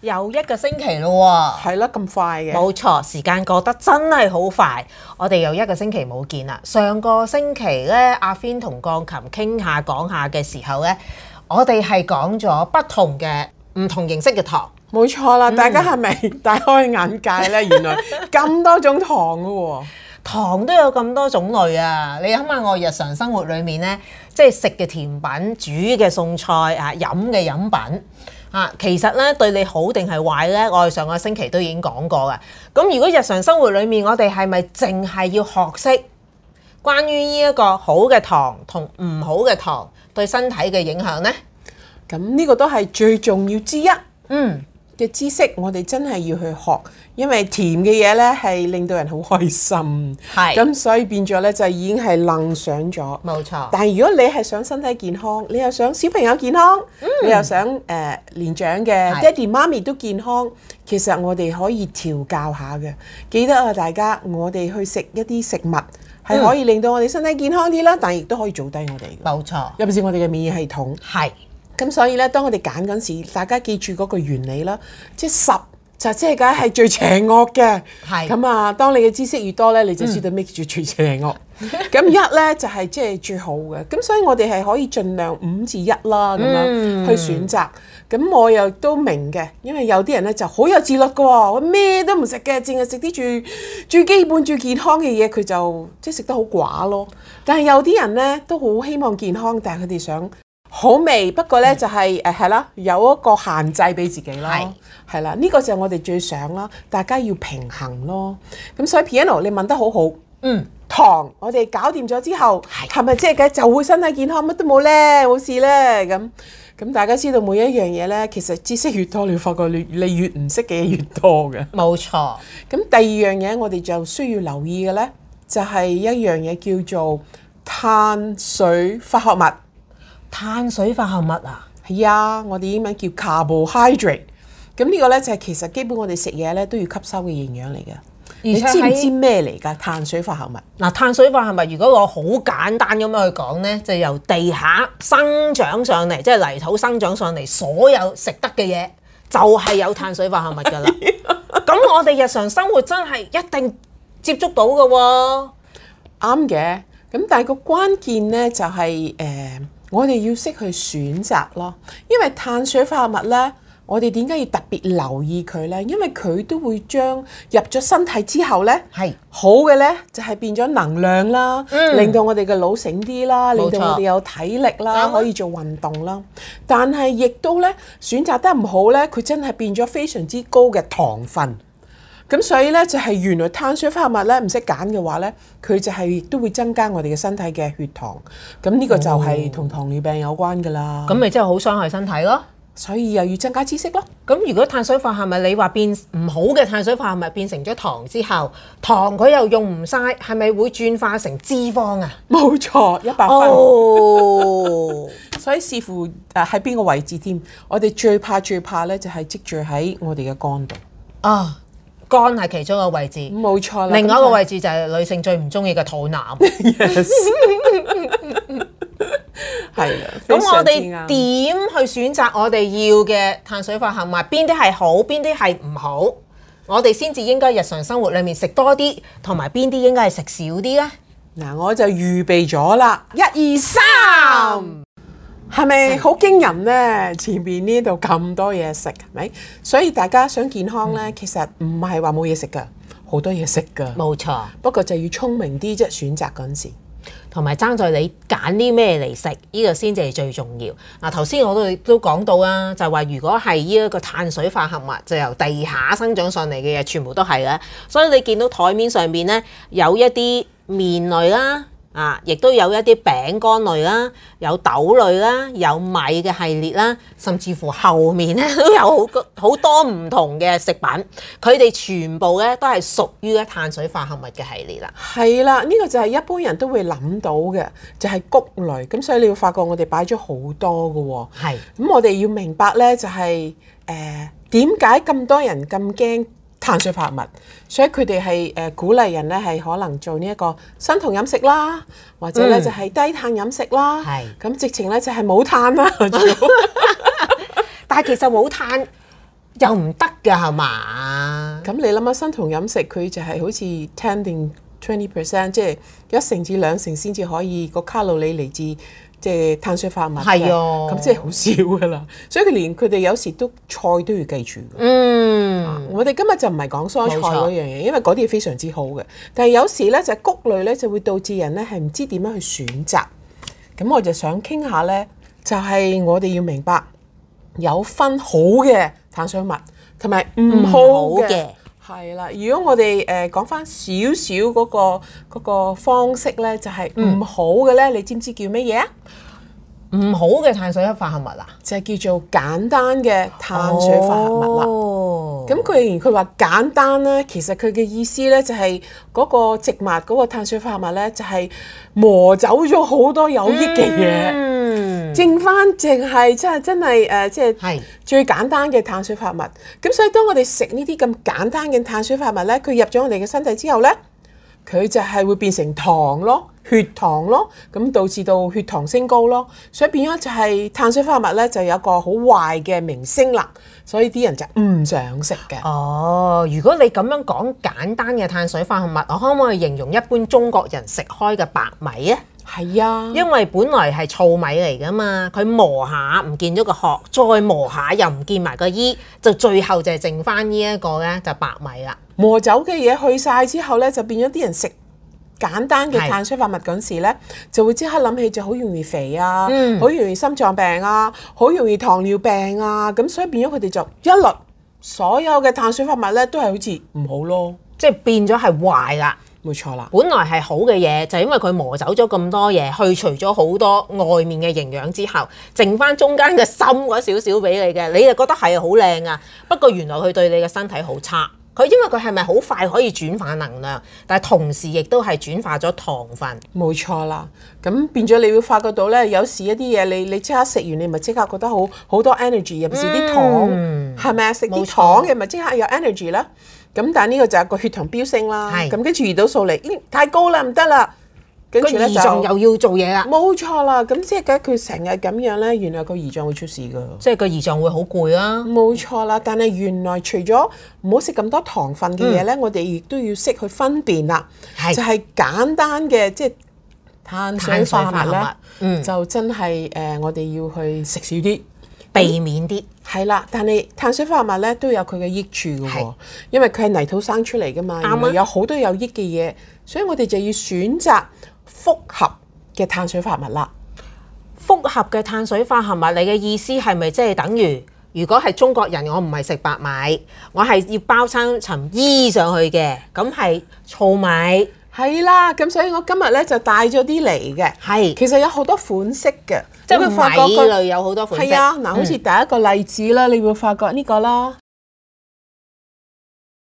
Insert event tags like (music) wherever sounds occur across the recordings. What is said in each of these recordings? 又一個星期咯係啦，咁快嘅。喎，冇錯，時間過得真係好快，我哋又一個星期冇見啦。上個星期呢，阿 Fin 同鋼琴傾下講下嘅時候呢，我哋係講咗不同嘅唔同形式嘅堂。冇錯嗯啦，大家係咪 (laughs) 大開眼界呢？原來咁多種糖嘅喎，糖都有咁多種類啊！你諗下我日常生活裏面呢，即係食嘅甜品、煮嘅餸菜啊、飲嘅飲品啊，其實呢，對你好定係壞呢，我哋上個星期都已經講過㗎。咁如果日常生活裏面，我哋係咪淨係要學識關於呢一個好嘅糖同唔好嘅糖對身體嘅影響呢？咁呢個都係最重要之一嗯，嘅知識，我哋真係要去學，因為甜嘅嘢呢係令到人好開心，係咁所以變咗呢，就已經係楞上咗。冇錯，但係如果你係想身體健康，你又想小朋友健康，你又想誒、呃、年長嘅係爹哋媽咪都健康，其實我哋可以調教下嘅。記得啊，大家我哋去食一啲食物係可以令到我哋身體健康啲啦，但係亦都可以做低我哋嘅，冇錯，尤其是我哋嘅免疫系統。係咁所以咧，當我哋揀嗰陣時，大家記住嗰個原理啦，即係十就即係梗係最邪惡嘅。係咁啊，當你嘅知識越多咧，你就知道 make 住最邪惡。咁一咧就係即係最好嘅。咁所以我哋係可以盡量五至一啦，咁樣去選擇。咁我又都明嘅，因為有啲人咧就好有自律嘅喎，我咩都唔食嘅，淨係食啲最最基本最健康嘅嘢，佢就即係食得好寡咯。但係有啲人咧都好希望健康，但係佢哋想。好味，不過呢就係誒係啦，有一個限制俾自己係啦，係啦，呢個就係我哋最想啦，大家要平衡咯。咁所以 Piano 你問得好好，嗯糖我哋搞掂咗之後，係咪即係嘅就會身體健康乜都冇呢？冇事呢？咁？咁大家知道每一樣嘢呢，其實知識越多，你會發覺你你越唔識嘅嘢越多嘅。冇錯，咁第二樣嘢我哋就需要留意嘅呢，就係、一樣嘢叫做碳水化合物。碳水化合物啊，係啊，我哋英文叫 carbohydrate。咁呢個呢，就係其實基本我哋食嘢呢都要吸收嘅營養嚟嘅。而你且知唔喺知咩嚟㗎？碳水化合物。嗱，碳水化合物如果我好簡單咁樣去講呢，就由地下生長上嚟，即係泥土生長上嚟，所有食得嘅嘢就係有碳水化合物 (laughs) 㗎啦。咁我哋日常生活真係一定接觸到嘅喎。啱嘅，咁但係個關鍵呢，就係、呃我哋要識去選擇咯，因為碳水化合物呢，我哋點解要特別留意佢呢？因為佢都會將入咗身體之後呢，係好嘅呢，就係、變咗能量啦，嗯令到我哋嘅腦醒啲啦，冇錯令到我哋有體力啦，啱啊可以做運動啦。但係亦都呢，選擇得唔好呢，佢真係變咗非常之高嘅糖分。咁所以咧就係、原來碳水化合物咧唔識揀嘅話咧，佢就係亦都會增加我哋嘅身體嘅血糖。咁呢個就哦係同糖尿病有關㗎啦。咁咪真係好傷害身體咯。所以又要增加知識咯。咁如果碳水化合物你話變唔好嘅碳水化合物變成咗糖之後，糖佢又用唔晒，係咪會轉化成脂肪啊？冇錯，一百分。哦，所以視乎誒呃喺邊個位置添。我哋最怕最怕咧就係積聚喺我哋嘅肝度。啊，肝係其中一個位置。冇錯啦。另外一個位置就係女性最唔中意嘅肚 (laughs) 腩。咁 Yes 係啦。非我常之哋啱點去選擇我哋要嘅碳水化合物？邊啲係好，邊啲係唔好？我哋先至應該日常生活裡面食多啲，同埋邊啲應該係食少啲呢？嗱，我就預備咗啦，一二三，係咪好驚人呢？前面呢度咁多嘢食，係咪？所以大家想健康呢，其實唔係話冇嘢食噶，好多嘢食噶。冇錯，不過就要聰明啲啫，選擇嗰陣時。同埋爭在你揀啲咩嚟食，呢、個先至係最重要。嗱，頭先我都都講到啊，就係話如果係呢一個碳水化合物，就由地下生長上嚟嘅嘢，全部都係嘅。所以你見到台面上面呢，有一啲麵類啦，啊，亦都有一啲餅乾類啦，有豆類啦，有米嘅系列啦，甚至乎後面呢都有好個好多唔同嘅食品，佢哋全部呢都係屬於咧碳水化合物嘅系列啦。係啦，呢、個就係一般人都會諗到嘅，就係、谷類。咁所以你會發覺我哋擺咗好多嘅喎、係。咁我哋要明白呢，就係誒點解咁多人咁驚碳水化合物，所以佢哋係誒鼓勵人呢，係可能做呢一個生酮飲食啦，或者呢嗯就係低碳飲食啦，係咁直情呢就係冇碳啦。但係其實冇碳又唔得㗎係嘛？咁你諗下生酮飲食，佢就係好似 ten 定 twenty percent，即係一成至兩成先至可以個卡路里嚟自即係碳水化合物嘅。係啊咁即係好少噶啦。所以佢連佢哋有時都菜都要記住㗎。嗯，我哋今日就唔係講蔬菜冇錯嗰樣嘢，因為嗰啲係非常之好嘅。但係有時咧就係谷類咧就會導致人咧係唔知點樣去選擇。咁我就想傾下咧，就係、我哋要明白有分好嘅碳水物同埋唔好唔嗯好嘅嘅。係啦，如果我哋誒講翻少少嗰個嗰個方式咧，就係、唔好嘅咧，你知唔知叫乜嘢啊？唔好嘅碳水化合物啊，就係叫做簡單嘅哦碳水化合物啦。物咁佢然佢話簡單咧，其實佢嘅意思咧就係嗰個植物嗰、個碳水化合物咧，就係、磨走咗好多有益嘅嘢，嗯，剩翻淨係真係真係誒，即係係最簡單嘅碳水化合物。咁所以當我哋食呢啲咁簡單嘅碳水化合物咧，佢入咗我哋嘅身體之後咧，佢就係會變成糖咯。血糖咯，咁導致到血糖升高咯，所以變咗就係碳水化合物咧就有一個好壞嘅名聲啦，所以啲人就唔想食嘅。哦，如果你咁樣講簡單嘅碳水化合物，我可唔可以形容一般中國人食開嘅白米啊？係啊，因為本來係糙米嚟噶嘛，佢磨下唔見咗個殼，再磨下又唔見埋個衣，就最後就係剩翻呢一個咧就白米啦。磨走嘅嘢去晒之後呢，就變咗啲人食簡單嘅係碳水化合物嗰陣時呢，就會即刻諗起就好容易肥啊，好、嗯容易心臟病啊，好容易糖尿病啊，咁所以變咗佢哋就一律所有嘅碳水化合物呢，都係好似唔好咯，即係變咗係壞啦。冇錯啦。本來係好嘅嘢，就因為佢磨走咗咁多嘢，去除咗好多外面嘅營養之後，剩翻中間嘅心嗰少少俾你嘅，你就覺得係好靚啊。不過原來佢對你嘅身體好差。佢因為佢係咪好快可以轉化能量，但係同時亦都係轉化咗糖分。冇錯啦，咁變咗你會發覺到呢，有時一啲嘢你你即刻食完，你咪即刻覺得好好多 energy，尤其是啲嗯糖，係咪啊？食啲冇錯糖嘅咪即刻有 energy 啦。咁但係呢個就係個血糖飆升啦，係咁跟住胰島素嚟，咦太高啦，唔得啦，跟個住呢胰就臟又要做嘢啦，冇錯啦。咁即係佢成日咁樣呢，原來個胰臟會出事噶。即係個胰臟會好攰啦。冇錯啦，但係原來除咗唔好食咁多糖分嘅嘢呢，嗯我哋亦都要識去分辨啦。係就係簡單嘅即係碳水碳水化合物化合呢物，嗯就真係誒、呃我哋要去食少啲。避免啲係啦，但係碳水化合物咧都有佢嘅益處嘅喎係，因為佢係泥土生出嚟噶嘛，啱啊原來有好多有益嘅嘢，所以我哋就要選擇複合嘅碳水化合物啦。複合嘅碳水化合物，你嘅意思係咪即係等於？如果係中國人，我唔係食白米，我係要包餐層衣上去嘅，咁係糙米，係啦，咁所以我今日咧就帶咗啲嚟嘅，係其實有好多款式嘅，即係你會發覺米佢類有好多款式。係啊，嗱，好似第一個例子啦，你會發覺呢個啦，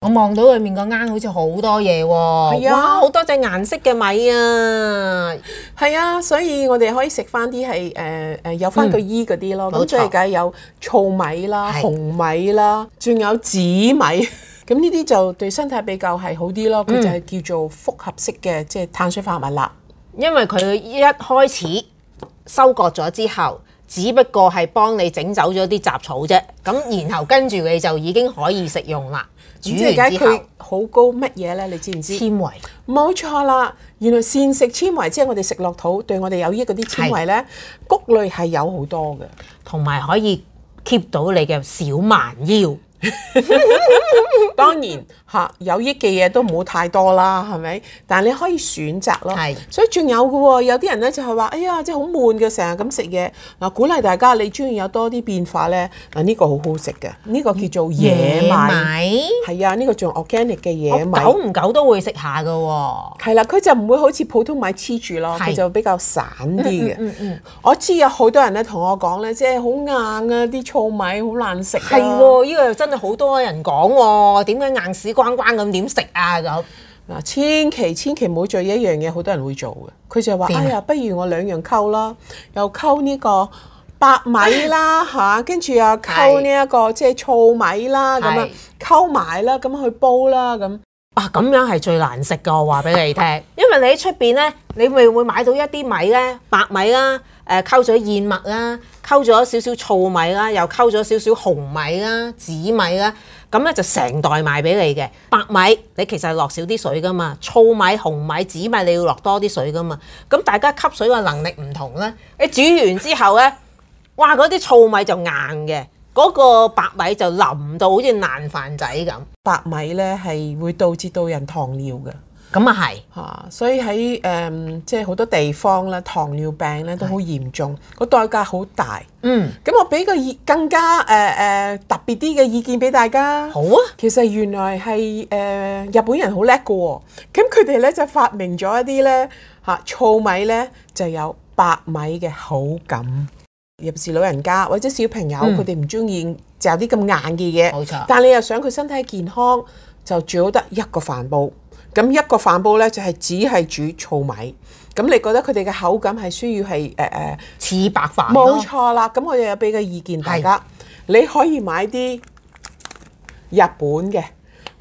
我望到裏面個罌好似好多嘢喎，係啊哇，好多隻顏色嘅米啊！係啊，所以我哋可以食翻啲係誒誒有翻個衣嗰啲咯。嗯冇咁錯所以梗係有糙米啦、係紅米啦，仲有紫米。 (laughs) 咁呢啲就對身體比較係好啲嗯咯。佢就係叫做複合式嘅，即係碳水化合物啦。因為佢一開始收割咗之後，只不過係幫你整走咗啲雜草啫。咁然後跟住你就已經可以食用啦。煮咁即係完解之後佢，好高乜嘢咧？你知唔知？纖維冇錯啦，原來膳食纖維即係我哋食落肚對我哋有益嗰啲纖維咧，谷類係有好多嘅。同埋可以 keep 到你嘅小蠻腰。當然嚇有益嘅嘢都唔好太多啦，係咪？但係你可以選擇咯係。所以仲有嘅喎，有啲人咧就係話：哎呀，即係好悶嘅，成日咁食嘢。嗱，鼓勵大家你中意有多啲變化咧。嗱，呢個好好食嘅，呢、個叫做野米，嗯米，哦係啊，呢、個仲 organic 嘅我野米。久唔久都會食下㗎喎。係啦，啊佢就唔會好似普通米黐住咯，係嗯佢就比較散啲嘅。我知有好多人咧同我講咧，即係好硬啊，啲糙米好難食啊。係喎，呢個真係好多人講喎，點解硬屎關關咁點食啊咁？嗱，千祈千祈唔好做一樣嘢，好多人會做嘅。佢就話：點啊哎呀，不如我兩樣溝啦，又溝呢個白米啦吓，跟住又溝呢一個即係糙米啦咁係樣溝埋啦，咁去煲啦咁。啊，咁樣係最難食噶，我話俾你聽。因為你喺出邊咧，你咪會買到一啲米咧，白米啦，誒溝咗燕麥啦，溝咗少少糙米啦，又溝咗少少紅米啦、紫米啦，咁咧就成袋賣俾你嘅。白米你其實係落少啲水噶嘛，糙米、紅米、紫米你要落多啲水噶嘛。咁大家吸水嘅能力唔同咧，你煮完之後咧。哇！嗰啲糙米就硬嘅，嗰、個白米就腍到好似爛飯仔咁。白米咧係會導致到人糖尿嘅。咁啊係，嚇、所以喺誒、嗯即係好多地方咧，糖尿病咧都好嚴重，個代價好大。嗯，咁我俾個意更加誒誒、呃特別啲嘅意見俾大家。好啊， (laughs) 其實原來係誒、呃日本人好叻嘅喎，咁佢哋咧就發明咗一啲咧嚇糙米咧就有白米嘅口感。尤其是老人家或者小朋友，嗯佢哋唔中意嚼啲咁硬嘅嘢。冇錯但你又想佢身體健康，就最好得一個飯煲。咁一個飯煲咧就係、只係煮糙米。咁你覺得佢哋嘅口感係需要係誒誒？呃似白飯咯冇，錯啦，咁我又有俾個意見大家，你可以買啲日本嘅，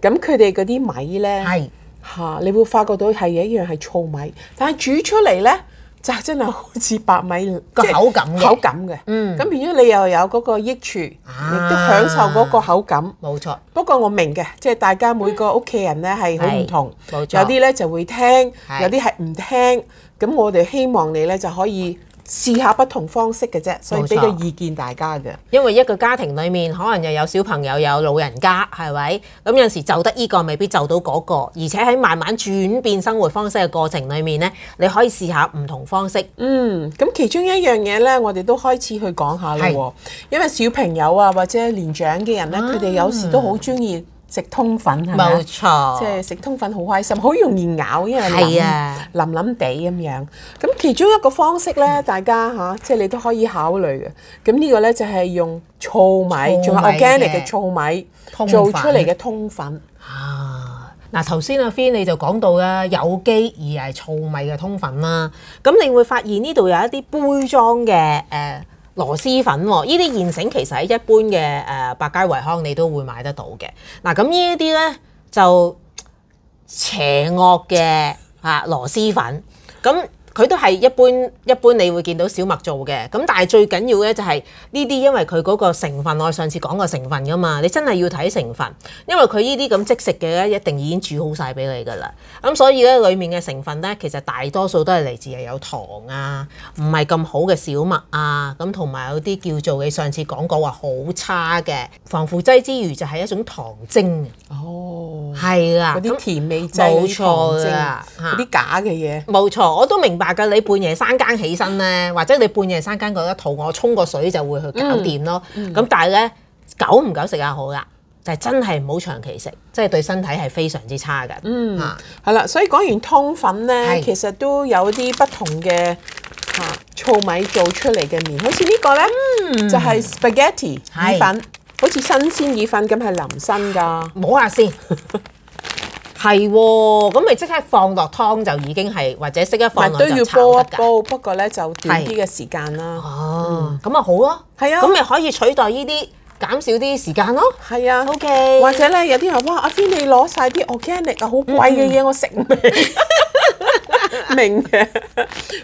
咁佢哋嗰啲米呢，係嚇、你會發覺到係一樣係糙米，但係煮出嚟呢，就真係好似白米個即係口感嘅口感嘅，嗯咁變咗你又有嗰個益處，亦都啊享受嗰個口感。冇錯，不過我明嘅，即係大家每個屋企人咧係好唔同，係有冇錯啲咧就會聽，有啲係唔聽。咁我哋希望你咧就可以試下不同方式嘅啫，所以冇錯俾個意見大家嘅。因為一個家庭裡面可能又有小朋友，又有老人家，係咪？咁有陣時就得依個，未必就到嗰、個，而且喺慢慢轉變生活方式嘅過程裡面咧，你可以試下唔同方式。嗯，咁其中一樣嘢咧，我哋都開始去講下啦係啊喎，因為小朋友啊或者年長嘅人咧，佢哋有時都好中意食通粉，係咪啊冇錯，即係食通粉好開心，好容易咬，因為係腍啊腍腍地咁樣。咁其中一個方式咧，大家嚇即係你都可以考慮嘅。咁呢個咧就係用糙米，糙仲有米嘅 organic 嘅糙米通粉做出嚟嘅通粉。啊！嗱，頭先阿 Fin 你就講到啦，有機而係糙米嘅通粉啦。咁你會發現呢度有一啲杯裝嘅誒螺絲粉喎，呢啲現成其實喺一般嘅誒、呃百佳維康你都會買得到嘅。嗱，咁呢一啲咧就邪惡嘅啊螺絲粉，咁佢都係一般一般你會見到小麥做嘅，咁但係最緊要咧就係呢啲，因為佢嗰個成分，我上次講過成分噶嘛，你真係要睇成分，因為佢呢啲咁即食嘅咧，一定已經煮好晒俾你噶啦，咁所以咧裡面嘅成分咧，其實大多數都係嚟自係有糖啊，唔係咁好嘅小麥啊，咁同埋有啲叫做你上次講過話好差嘅防腐劑之餘，就係一種糖精，哦，係啦，嗰啲咁甜味劑、嗰冇啲糖錯精啦嗰啲假嘅嘢。冇錯，我都明白㗎。你半夜三更起身咧，或者你半夜三更覺得肚餓，沖個水就會去搞掂咯。嗯咁、但係咧，久唔久食下好啦，但係真係唔好長期食，即係對身體係非常之差㗎。嗯，係啦，所以講完通粉咧，係其實都有啲不同嘅嚇糙米做出嚟嘅麵，好似呢個咧、就係 spaghetti 嗯係意粉，好似新鮮意粉咁係淋身㗎。摸下先。係喎、咁咪即刻放落湯就已經係，或者即刻唔係放落都要就炒煲一得㗎。煲，不過咧就短啲嘅時間啦。哦，咁啊好咯，係啊咁咪可以取代呢啲，減少啲時間咯。係啊 OK 或者咧有啲人話：哇，阿飛你攞晒啲 organic 啊，好貴嗯嘅嘢，我食唔明。 (laughs) 明嘅，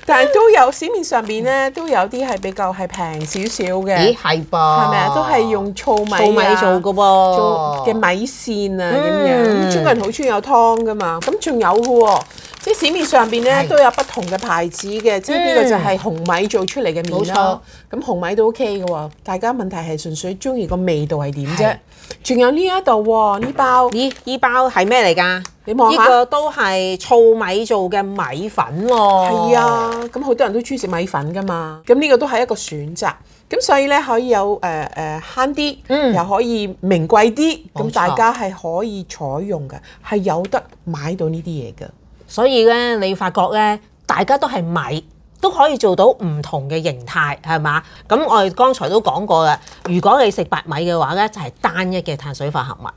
但係都有市面上邊咧都有啲係比較係平少少咦，嘅，係噃，係咪啊？都係用糙米哦糙米啊做㗎噃，做嘅米線啊咁樣。嗯咁中國人好中意有湯噶嘛，咁仲有嘅喎。即係市面上邊咧係嗯都有不同嘅牌子嘅，即係呢個就係紅米做出嚟嘅麵啦。咁紅米都 OK 嘅喎，大家問題係純粹中意個味道係點啫係。仲有呢一度喎，呢包咦，依包係咩嚟㗎？你望下呢個都係糙米做嘅米粉喎、係，啊，咁好多人都中意食米粉噶嘛，咁呢個都係一個選擇。咁所以咧可以有誒誒慳啲，嗯又可以名貴啲，冇咁錯大家係可以採用嘅，係有得買到呢啲嘢嘅。所以咧你發覺咧，大家都係米。都可以做到唔同嘅形態，係嘛？咁我哋剛才都講過啦。如果你食白米嘅話咧，就係、單一嘅碳水化合物，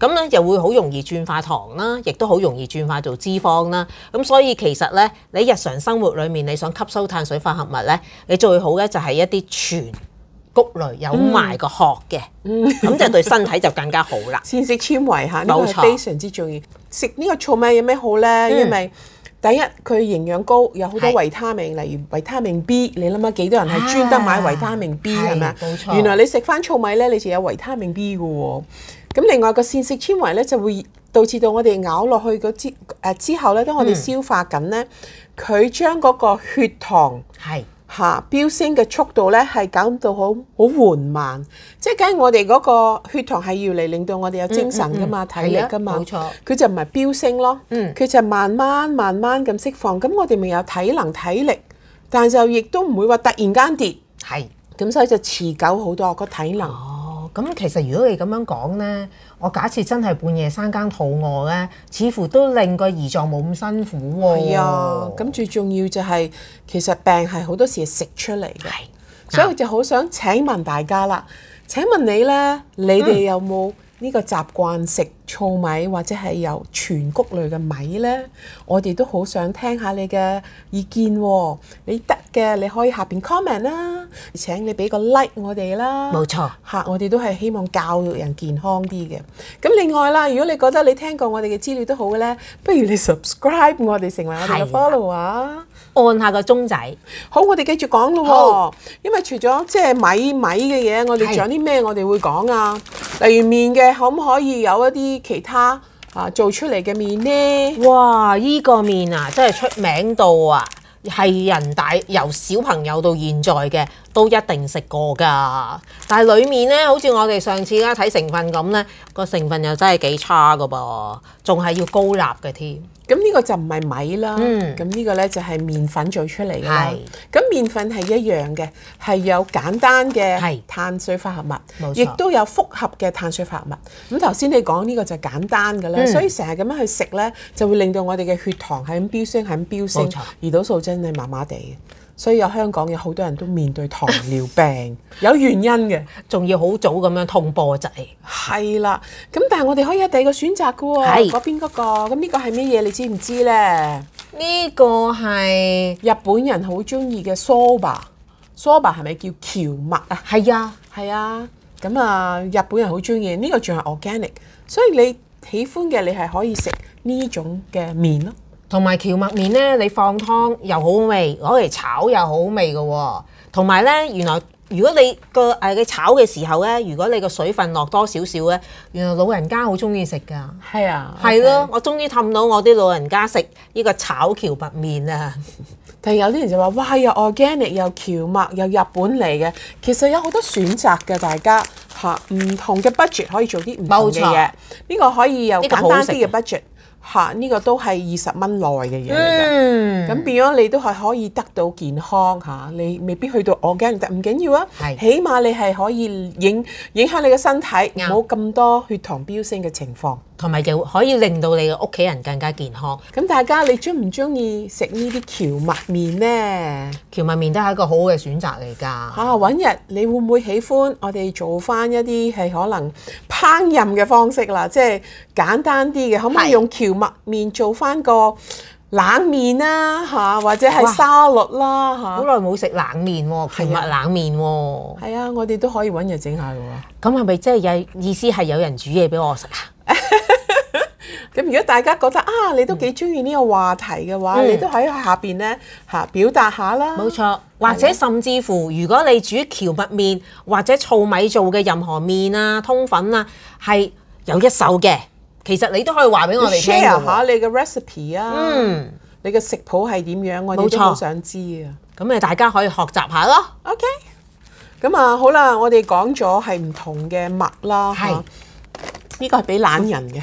咁咧就會好容易轉化糖啦，亦都好容易轉化做脂肪啦。咁所以其實咧，你日常生活裡面你想吸收碳水化合物咧，你最好咧就係一啲全谷類，有埋個殼嘅，咁就對身體就更加好啦。膳食纖維嚇，呢個冇嗯錯係非常之重要。食呢個糙米有咩好呢？因為第一佢營養高，有好多係維他命，例如維他命 B。你諗下幾多人係專登買維他命 B 啊係咪啊係冇錯原來你食翻糙米呢，你就有維他命 B 嘅喎。咁另外個膳食纖維呢，就會導致到我哋咬落去嗰之誒之後呢，當嗯我哋消化緊呢，佢將嗰個血糖。係嚇飆升嘅速度咧係減到好好緩慢，即係梗係我哋嗰個血糖係要嚟令到我哋有精神噶嗯嘛、體力噶嘛，啊冇錯佢就唔係飆升咯，佢、嗯就慢慢慢慢咁釋放，咁我哋咪有體能體力，但係就亦都唔會話突然間跌，係。咁所以就持久好多個體能。哦，咁其實如果你咁樣講呢，我假設真係半夜三更肚餓呢，似乎都令個胰臟冇咁辛苦喎、係啊，咁最重要就係、其實病係好多時係食出嚟嘅，啊所以我就好想請問大家啦。請問你呢？你嗯哋有冇呢個習慣食糙米或者係有全谷類嘅米呢？我哋都好想聽下你嘅意見喎、你得嘅你可以下邊 comment 啦，請你俾個 like 我哋啦。冇錯。嚇，我哋都係希望教育人健康啲嘅。咁另外啦，如果你覺得你聽過我哋嘅資料都好嘅咧，不如你 subscribe 我哋成為我哋嘅係啦 follower 啊。按下個鐘仔，好，我哋繼續講咯好喎。因為除咗即係米米嘅嘢，我哋仲係有啲咩我哋會講啊？例如面嘅，可唔可以有一啲其他啊做出嚟嘅面呢？哇！依、個面啊，真係出名到啊，係人大由小朋友到現在嘅都一定食過㗎。但係裡面呢，好似我哋上次啦睇成分咁呢，個成分又真係幾差㗎噃，仲係要高鈉嘅添。咁呢個就唔係米啦，嗯咁呢個呢就係麵粉做出嚟嘅啦係。咁麵粉係一樣嘅，係有簡單嘅係碳水化合物冇，錯亦都有複合嘅碳水化合物。咁頭先你講呢個就簡單嘅啦，嗯所以成日咁樣去食呢，就會令到我哋嘅血糖係咁飆升，係咁飆升冇錯，胰島素真係麻麻地嘅。所以有香港有好多人都面對糖尿 (laughs) 病，有原因嘅。仲要好早咁樣痛波仔，係啦，咁但係我哋可以有第二個選擇嘅喎，係嗰邊嗰個，咁呢個係咩嘢？你知唔知呢？呢個係日本人好中意嘅 soba，soba 係咪叫蕎麥啊？係啊，係啊，咁啊日本人好中意，呢、個仲係 organic，所以你喜歡嘅你係可以食呢種嘅麵咯。同埋蕎麥麵呢，你放湯又好味，攞嚟炒又好味嘅喎。同埋呢，原來如果你個誒你炒嘅時候呢，如果你個水分落多少少呢，原來老人家好中意食㗎。係啊係咯，我終於氹到我啲老人家食呢個炒蕎麥麵啊！但係有啲人就話：哇，又 organic 又蕎麥又日本嚟嘅，其實有好多選擇嘅，大家嚇唔同嘅 budget 可以做啲唔同嘅冇嘢錯。呢個可以有呢個簡好單食啲嘅 budget 嚇，呢個都係二十蚊內嘅嘢嚟嘅。嗯，咁變咗你都係可以得到健康嚇，你未必去到 organic，但唔緊要啊，係起碼你係可以影影響你嘅身體，唔啱好咁多血糖飆升嘅情況。同埋就可以令到你嘅屋企人更加健康。咁大家你中唔中意食呢啲蕎麥麵呢？蕎麥麵都係一個好嘅選擇嚟㗎。嚇、揾日你會唔會喜歡我哋做翻一啲係可能烹飪嘅方式啦，即係簡單啲嘅，可唔可以係用蕎麥麵做翻個冷麵啦、嚇、或者係哇沙律啦、嚇？好耐冇食冷麵喎，蕎麥冷麵喎。係啊，我哋都可以揾日整下嘅喎。咁係咪即係有意思係有人煮嘢俾我食啊？咁如果大家覺得啊，你都幾中意呢個話題嘅話，嗯你都喺下邊呢嚇表達下啦。冇錯，或者甚至乎，如果你煮蕎麥麵或者糙米做嘅任何麵啊、通粉啊，係有一手嘅，其實你都可以話俾我你哋聽 share 嘅喎。下你嘅 recipe 啊，嗯，你嘅食譜係點樣，我哋冇都錯好想知啊。咁咪大家可以學習下咯。 OK，咁啊好啦，我哋講咗係唔同嘅物啦係嚇，呢個係俾懶人嘅。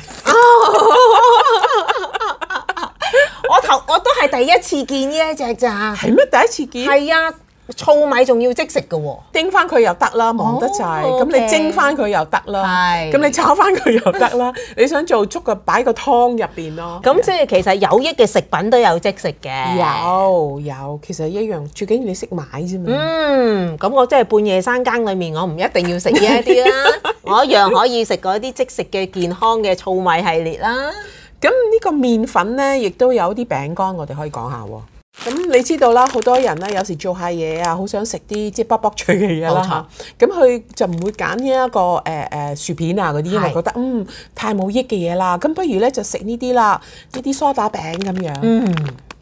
我頭我都係第一次見呢一隻咋，係咩？第一次見，係啊，糙米仲要即食嘅喎。叮翻佢又得啦，忙得滯。咁哦你 OK 蒸翻佢又得啦，係咁你炒翻佢又得啦。你想做粥嘅，擺個湯入邊咯。咁即係其實有益嘅食品都有即食嘅。有有，其實一樣，最緊要你識買啫嘛。嗯，咁我真係半夜三更裏面，我唔一定要食呢一啲啦，我一樣可以食嗰啲即食嘅健康嘅糙米系列啦。咁呢個麵粉呢，亦都有啲餅乾，我哋可以講下喎。咁你知道啦，好多人咧有時做下嘢啊，好想食啲即係卜卜脆嘅嘢冇錯啦嚇。咁佢就唔會揀呢一個誒誒、呃薯片啊嗰啲，因為係覺得嗯太冇益嘅嘢啦。咁不如咧就食呢啲啦，呢啲梳打餅咁樣。咁、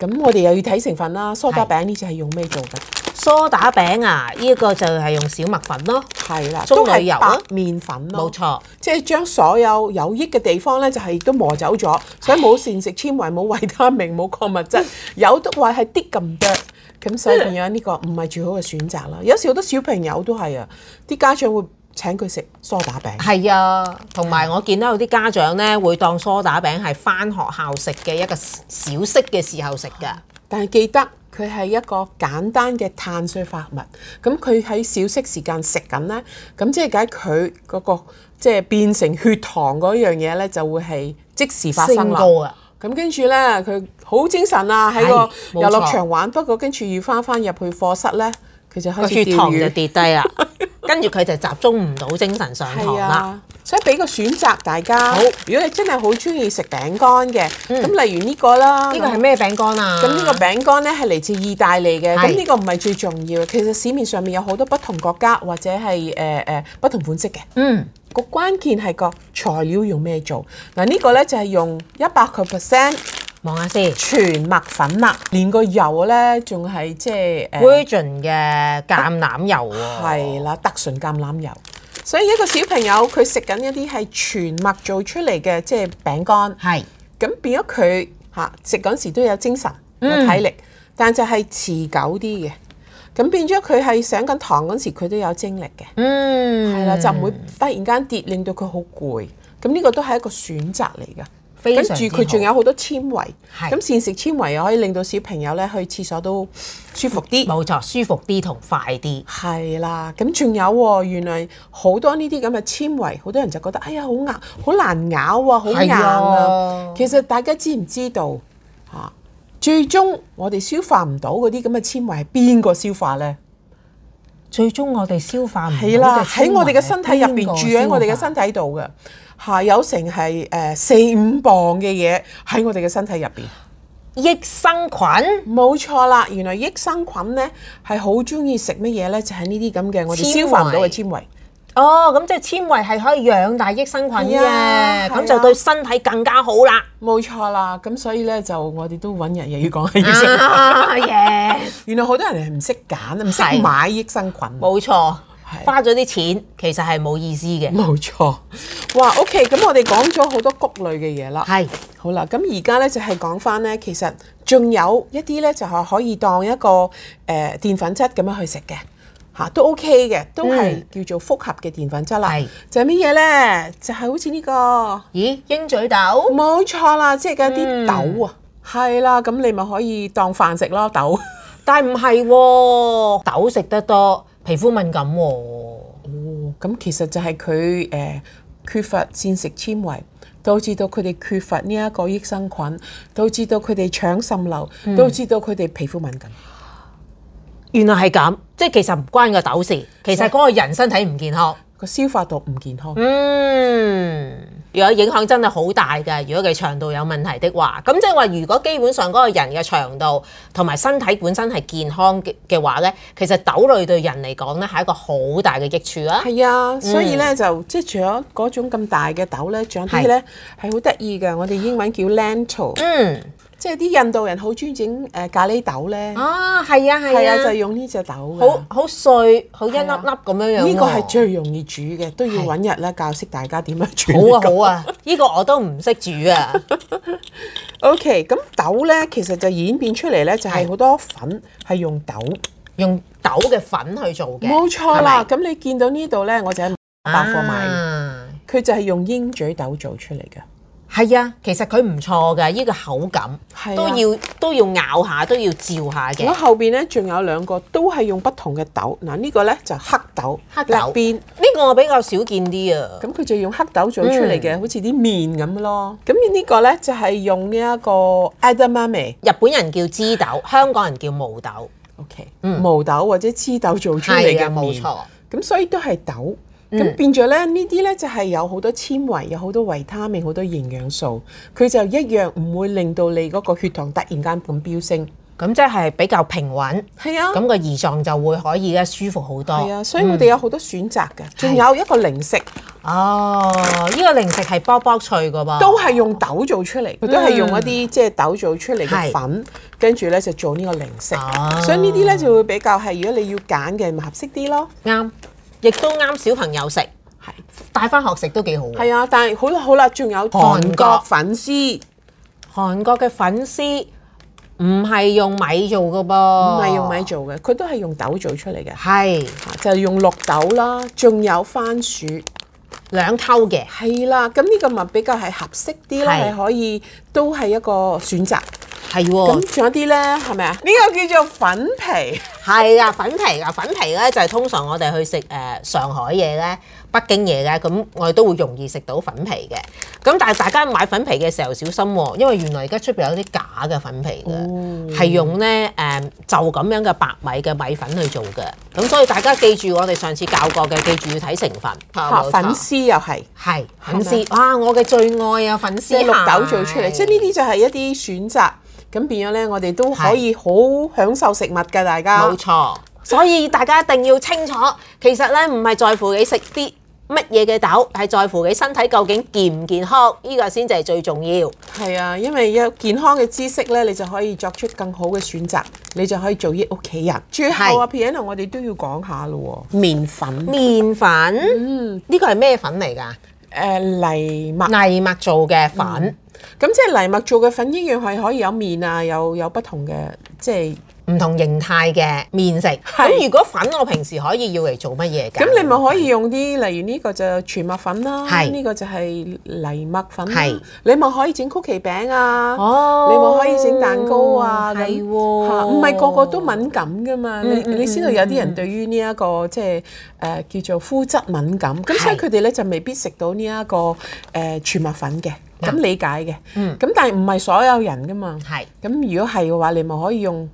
嗯。我哋又要睇成分啦。梳打係餅呢隻係用咩做嘅？梳打餅啊，呢、個就係用小麥粉咯，係啦，棕都櫚油係白啊麵粉咯。冇錯。即係將所有有益嘅地方咧，就係都磨走咗，所以冇膳食纖維、冇維他命、冇礦物質，有得話係啲咁多。咁所以變咗呢個唔係最好嘅選擇啦。有時好多小朋友都係啊，啲家長會請佢食梳打餅，係啊，同埋我見到有啲家長咧會當梳打餅係翻學校食嘅一個小息嘅時候食㗎。但係記得佢係一個簡單嘅碳水化合物。咁佢喺小息時間食緊咧，咁即係解佢嗰個即係變成血糖嗰樣嘢咧，就會係即時發生升啦。高啊！咁跟住呢，佢好精神啊！喺個冇錯遊樂場玩，不過跟住要翻翻入去課室呢，佢就個開始血糖就釣魚。跌低啦，跟住佢就集中唔到精神上堂係啦。啊，所以俾個選擇大家。好如果你真係好中意食餅乾嘅，咁例如呢個啦，呢個係咩餅乾啊？咁呢個餅乾咧係嚟自意大利嘅，係咁呢個唔係最重要嘅。其實市面上面有好多不同國家或者係誒誒不同款式嘅。嗯，個關鍵係個材料用咩做。嗱呢個呢，就係用一百個 percent 望下先全麥粉啦，連個油呢，仲係即係誒。 ，Virgin 嘅橄欖油喎。係啦，特純橄欖油。所以一個小朋友佢食緊一啲係全麥做出嚟嘅，即係餅乾，係咁變咗佢嚇食嗰時都有精神、有體力，但就係持久啲嘅。咁變咗佢係上緊堂嗰時，佢都有精力嘅，嗯，係啦、就唔會忽然間跌，令到佢好攰。咁呢個都係一個選擇嚟㗎。非跟常住之佢仲好有好多纖維，係咁膳食纖維又可以令到小朋友咧去廁所都舒服啲。冇錯，舒服啲同快啲。係啦，咁仲有喎，原來好多呢啲咁嘅纖維，好多人就覺得哎呀好硬，好難咬啊，好硬係啊啊。其實大家知唔知道嚇、啊最終我哋消化唔到嗰啲咁嘅纖維係邊個消化呢？最終我哋消化唔到係啦，嘅喺我哋嘅身體入邊邊個住喺我哋嘅身體度嘅嚇，有成係誒四五磅嘅嘢喺我哋嘅身體入邊。益生菌，冇錯啦，原來益生菌呢係好中意食乜嘢呢？就係呢啲咁嘅我哋纖消化唔到嘅維纖維。哦，咁即係纖維係可以養大益生菌係啊嘅，係啊咁就對身體更加好啦。 (laughs) 冇錯啦，咁所以咧就我哋都揾人又要講下益生 (laughs) 菌。啊 yes 原來好多人係唔識揀，啊唔識係買益生菌。冇錯，係嗯花咗啲錢其實係冇意思嘅。冇錯。哇，OK，咁我哋講咗好多谷類嘅嘢啦。係好啦，咁而家咧就係講翻咧，其實仲有一啲咧就係可以當一個誒、呃、澱粉質咁樣去食嘅。嚇都 OK 嘅，都係叫做複合嘅澱粉質啦。嗯係就係乜嘢咧？就係、好似呢、個。咦，鷹嘴豆冇錯啦，即係嗰啲嗯豆啊，係啦，咁你咪可以當飯食咯豆。但唔係喎，豆食得多，皮膚敏感喎、哦，咁其實就係佢誒缺乏膳食纖維，導致到佢哋缺乏呢一個益生菌，導致到佢哋腸滲漏，嗯導致到佢哋皮膚敏感。原來係咁，即係其實唔關個豆事，其實嗰個人身體唔健康。個消化道唔健康，嗯，如果影響真係好大嘅，如果佢腸道有問題的話，咁即係話如果基本上嗰個人嘅腸道同埋身體本身係健康嘅嘅話呢，其實豆類對人嚟講呢係一個好大嘅益處啊！係啊，所以嗯咧就即係除咗嗰種咁大嘅豆咧，仲有啲咧係好得意嘅，我哋英文叫 lentil，嗯，即係啲印度人好中意整誒咖喱豆咧，啊，係啊，啊係係啊，就係啊，用呢隻豆㗎好好碎，好一粒粒咁樣樣喎。呢個係最容易煮嘅，都要係揾日咧教識大家點樣煮呢好個。啊好啊，呢個我都唔識煮啊。 OK，咁豆咧其實就演變出嚟咧，就係好多粉係用豆。用豆嘅粉去做嘅，冇錯啦，咁你見到呢度咧，我就喺係咪，百貨買，啊佢就係用鷹嘴豆做出嚟嘅。係啊，其實佢唔錯嘅，呢、個口感係啊都要都要咬下，都要照下我嘅。後邊咧仲有兩個都係用不同嘅豆。嗱，呢個咧就黑豆，黑豆叻邊。呢個我比較少見啲啊，咁佢就用黑豆做出嚟嗯嘅，好似啲面咁咯。咁呢個咧就係用呢一個 edamame。日本人叫枝豆，香港人叫毛豆， OK，嗯毛豆或者黐豆做出嚟係嘅啊，冇麵，錯，咁所以都係豆。咁、嗯變咗咧，呢啲咧就係有好多纖維，有好多維他命，好多營養素，佢就一樣唔會令到你嗰個血糖突然間咁飆升。咁即係比較平穩，係啊，咁個胰臟就會可以咧舒服好係多。啊，嗯所以我哋有好多選擇嘅，仲有一個零食哦，呢個零食係卜卜脆噶噃，都係用豆做出嚟，佢都係用一啲即係啊豆做出嚟嘅粉，跟住咧就做呢個零食哦，所以呢啲咧就會比較係如果你要揀嘅咪合適啲咯，啱，亦都啱小朋友食，係。帶翻學食都幾好喎。係啊，但係好啦好啦，仲有韓國粉絲，韓國嘅粉絲唔係用米做嘅噃，唔係用米，做嘅，佢都係用豆做出嚟嘅，係就係用綠豆啦，仲有番薯，兩溝嘅。係啦，咁呢個咪比較係合適啲啦，係係可以都係一個選擇。係咁喎，仲有啲呢，係咪啊？哦呢個叫做粉皮，係啊，粉皮啊，粉皮咧就係通常我哋去食誒、呃上海嘢咧、北京嘢咧，咁我哋都會容易食到粉皮嘅。咁但係大家買粉皮嘅時候小心喎、因為原來而家出邊有啲假嘅粉皮哦嘅，係、用咧誒、呃就咁樣嘅白米嘅米粉去做嘅。咁所以大家記住我哋上次教過嘅，記住要睇成分。嚇冇錯粉絲又係。係粉絲，哇！我嘅最愛啊，粉絲即係綠豆做出嚟，係即係呢啲就係一啲選擇。咁變咗呢，我哋都可以好享受食物㗎，大家冇。錯。啊所以大家一定要清楚，其實咧唔係在乎你食啲乜嘢嘅豆，係在乎你身體究竟健唔健康，呢、個先至係最重要。係啊，因為有健康嘅知識呢，你就可以作出更好嘅選擇，你就可以做益屋企人。最後啊，Piano，我哋都要講下咯喎，麵粉。麵嗯粉，呢個係咩粉嚟㗎？啊誒藜麥，藜麥做嘅粉，咁即係藜麥做嘅粉，一樣係可以有麵啊，有有不同嘅，即係唔、同形態嘅麵食。咁如果粉，我平時可以要嚟做乜嘢㗎？咁你咪可以用啲，例如呢個就全麥粉啦，係呢個就係藜麥粉啦係，你咪可以整曲奇餅啊，哦你咪可以整蛋糕啊，咁係喎嚇唔係個個都敏感噶嘛，你你知道有啲人對於呢一個即係誒叫做膚質敏感，咁所以佢係哋咧就未必食到呢一個誒全麥粉嘅，咁理解嘅，咁但係唔係所有人噶嘛，係咁如果係嘅話，你咪可以用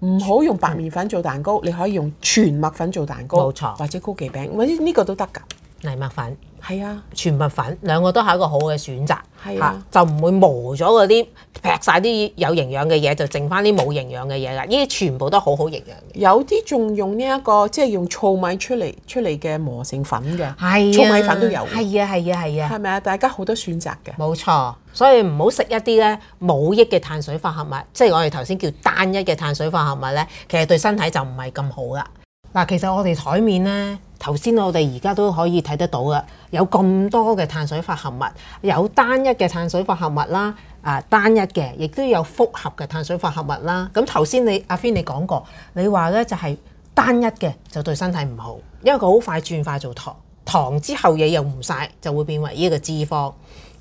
唔好用白麵粉做蛋糕，你可以用全麥粉做蛋糕，冇錯或者曲奇餅，或者呢個都得㗎。藜麥粉。係啊，全麥粉兩個都係一個好嘅選擇，係嚇啊就唔會磨咗嗰啲劈晒啲有營養嘅嘢，就剩翻啲冇營養嘅嘢啦。呢啲全部都好好營養嘅。有啲仲用呢、一個即係用糙米出嚟出嚟嘅磨成粉嘅，係糙米粉都有嘅，係啊係啊係啊，係咪啊？大家好多選擇嘅。冇錯。所以唔好食一啲咧冇益嘅碳水化合物，即係我哋頭先叫單一嘅碳水化合物咧，其實對身體就唔係咁好啦。嗱，其實我哋台面咧，頭先我哋而家都可以睇得到嘅，有咁多嘅碳水化合物，有單一嘅碳水化合物啦，啊單一嘅，亦都有複合嘅碳水化合物啦。咁頭先你阿 Fin 你講過，你話咧就係單一嘅就對身體唔好，因為佢好快轉化做糖，糖之後嘢用唔晒，就會變為呢個脂肪。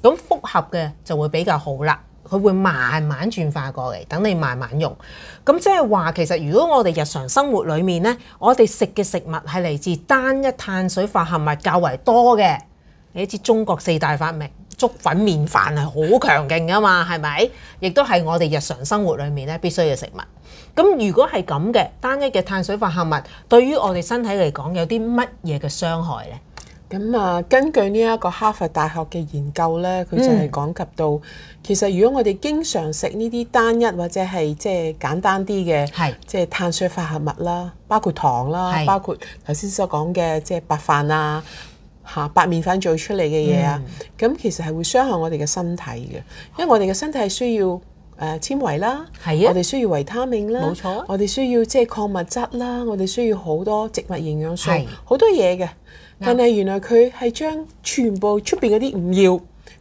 咁複合嘅就會比較好啦。佢會慢慢轉化過嚟，等你慢慢用。咁即係話，其實如果我哋日常生活裡面呢，我哋食嘅食物係嚟自單一碳水化合物較為多嘅。你知中國四大發明，粥粉麵飯係好強勁噶嘛，係咪？亦都係我哋日常生活裡面咧必須嘅食物。咁如果係咁嘅單一嘅碳水化合物，對於我哋身體嚟講有啲乜嘢嘅傷害呢？咁啊，根據呢一個哈佛大學嘅研究呢，佢就嗯係講及到，其實如果我哋經常食呢啲單一或者係即係簡單啲係嘅，即係碳水化合物啦，包括糖啦係，包括頭先所講嘅即係白飯啊。嚇白麵粉做出嚟嘅嘢啊，嗯咁、其實係會傷害我哋嘅身體嘅，因為我哋嘅身體係需要誒、呃、纖維啦，係啊我哋需要維他命啦，冇錯啊我哋需要即係礦物質啦，我哋需要好多植物營養素係，好多嘢嘅。但係原來佢係將全部出邊嗰啲唔要，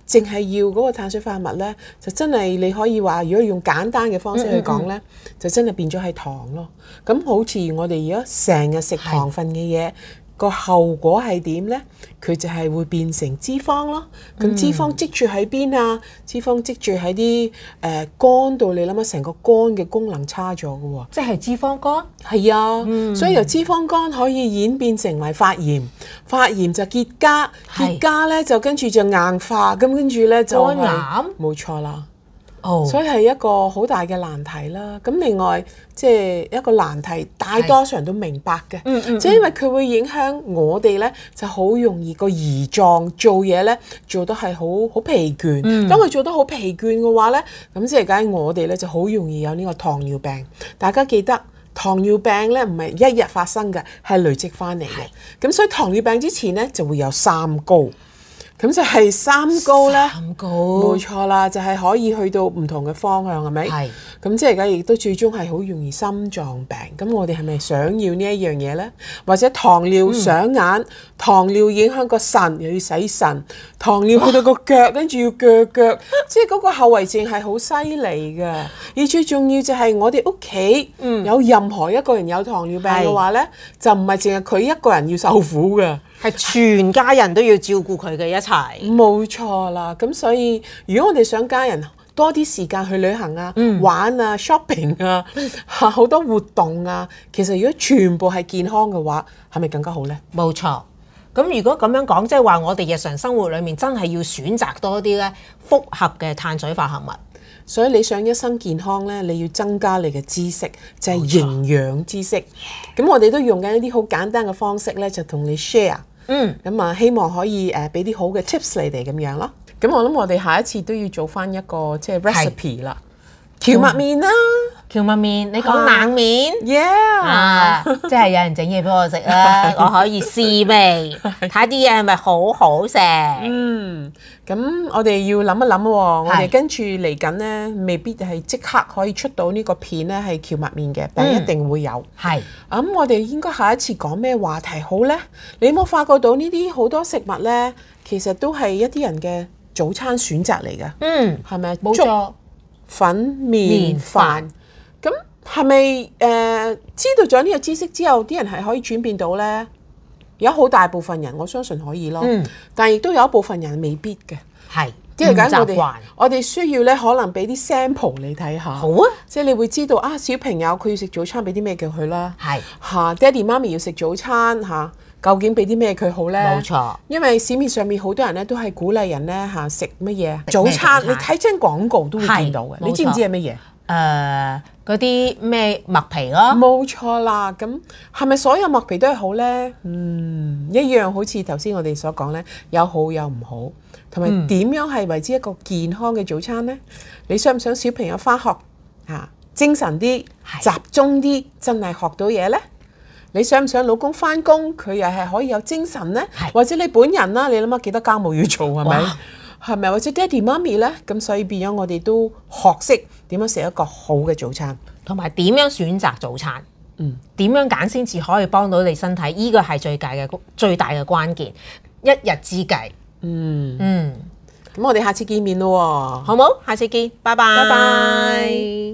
淨係要嗰個碳水化合物咧，就真係你可以話，如果用簡單嘅方式嗯去講咧，就真係變咗係糖咯。咁好似我哋而家成日食糖分嘅嘢。個後果係點呢？佢就係會變成脂肪咯。嗯咁脂肪積住喺邊啊？脂肪積住喺啲誒肝度，你諗下成個肝嘅功能差咗嘅喎。即係脂肪肝。係啊，所以由脂肪肝可以演變成為發炎，發炎就結痂，結係痂咧就跟住就硬化，咁跟住咧就係肝癌冇錯啦。哦，所以係一個好大嘅難題啦。咁另外即係一個難題，大多數人都明白嘅，嗯嗯即係因為佢會影響我哋咧，就好容易個胰臟做嘢咧做得係好好疲倦。嗯當佢做得好疲倦嘅話咧，咁即係梗係我哋咧就好容易有呢個糖尿病。大家記得。糖尿病咧唔係一日發生嘅，係累積翻嚟嘅。咁所以糖尿病之前咧就會有三高，咁就係三高咧。咁高，冇錯啦，就係、可以去到唔同嘅方向，係咪？係咁即係而家亦都最終係好容易心臟病。咁我哋係咪想要呢一樣嘢呢？或者糖尿上眼，糖尿影響個腎，又要洗腎，糖尿去到個腳，跟住要腳腳，即係嗰個後遺症係好犀利嘅。而最重要就係我哋屋企有任何一個人有糖尿病嘅話呢，就唔係淨係佢一個人要受苦嘅。係全家人都要照顧佢嘅一齊。冇錯啦，咁所以如果我哋想家人多啲時間去旅行啊、玩啊、shopping 啊， (laughs) 好多活動啊，其實如果全部係健康嘅話，係咪更加好呢？冇錯。咁如果咁樣講，即係話我哋日常生活裏面真係要選擇多啲咧複合嘅碳水化合物。所以你想一生健康呢，你要增加你嘅知識，就係、營養知識。咁我哋都用緊一啲好簡單嘅方式呢，就同你 share。嗯，咁啊，希望可以誒俾啲好嘅 tips 你哋咁樣咯。咁我諗我哋下一次都要做翻一個即係 recipe 啦，蕎麥麵啦蕎麥麵，你講啊冷面。 ，yeah。啊！即係有人整嘢俾我食 (laughs) 啦，我可以試味，睇啲嘢係咪好好食。嗯，咁我哋要諗一諗喎，我哋跟住嚟緊呢，未必係即刻可以出到呢個片呢係蕎麥麵嘅，但嗯係一定會有。咁、係我哋應該下一次講咩話題好呢？你有冇發覺到呢啲好多食物呢，其實都係一啲人嘅早餐選擇嚟嘅，嗯，係咪？冇粥、錯，粉、麵、麵飯飯。咁係咪誒知道咗呢個知識之後，啲人係可以轉變到呢？有好大部分人，我相信可以咯。嗯但係亦都有一部分人未必嘅。係即係緊我嗯習哋慣。，我哋需要咧，可能俾啲 sample 你睇下，好啊，即係你會知道啊，小朋友佢要食早餐，俾啲咩叫佢啦？係嚇、爹哋媽咪要食早餐嚇、究竟俾啲咩佢好呢？冇錯，因為市面上面好多人咧都係鼓勵人咧嚇食乜嘢食早咩餐，早餐你睇真廣告都會係見到嘅，冇你知唔錯知係乜嘢？誒嗰啲咩麥皮咯，冇錯啦，咁係咪所有麥皮都係好呢？嗯，一樣好似頭先我哋所講呢，有好有唔好，同埋點樣係為之一個健康嘅早餐呢？你想唔想小朋友翻學啊，精神啲、集係中啲，真係學到嘢呢？你想唔想老公翻工，佢又係可以有精神呢？係或者你本人啦，你諗下幾多家務要做係咪哇？係咪或者爹哋媽咪呢？咁所以變咗我哋都學識點樣食一個好嘅早餐。同埋點樣選擇早餐。嗯，點樣揀先至可以幫到你身體？呢個係最大嘅最大嘅關鍵，一日之計。嗯。嗯，咁我哋下次見面咯喎。好冇？下次見，拜拜。拜拜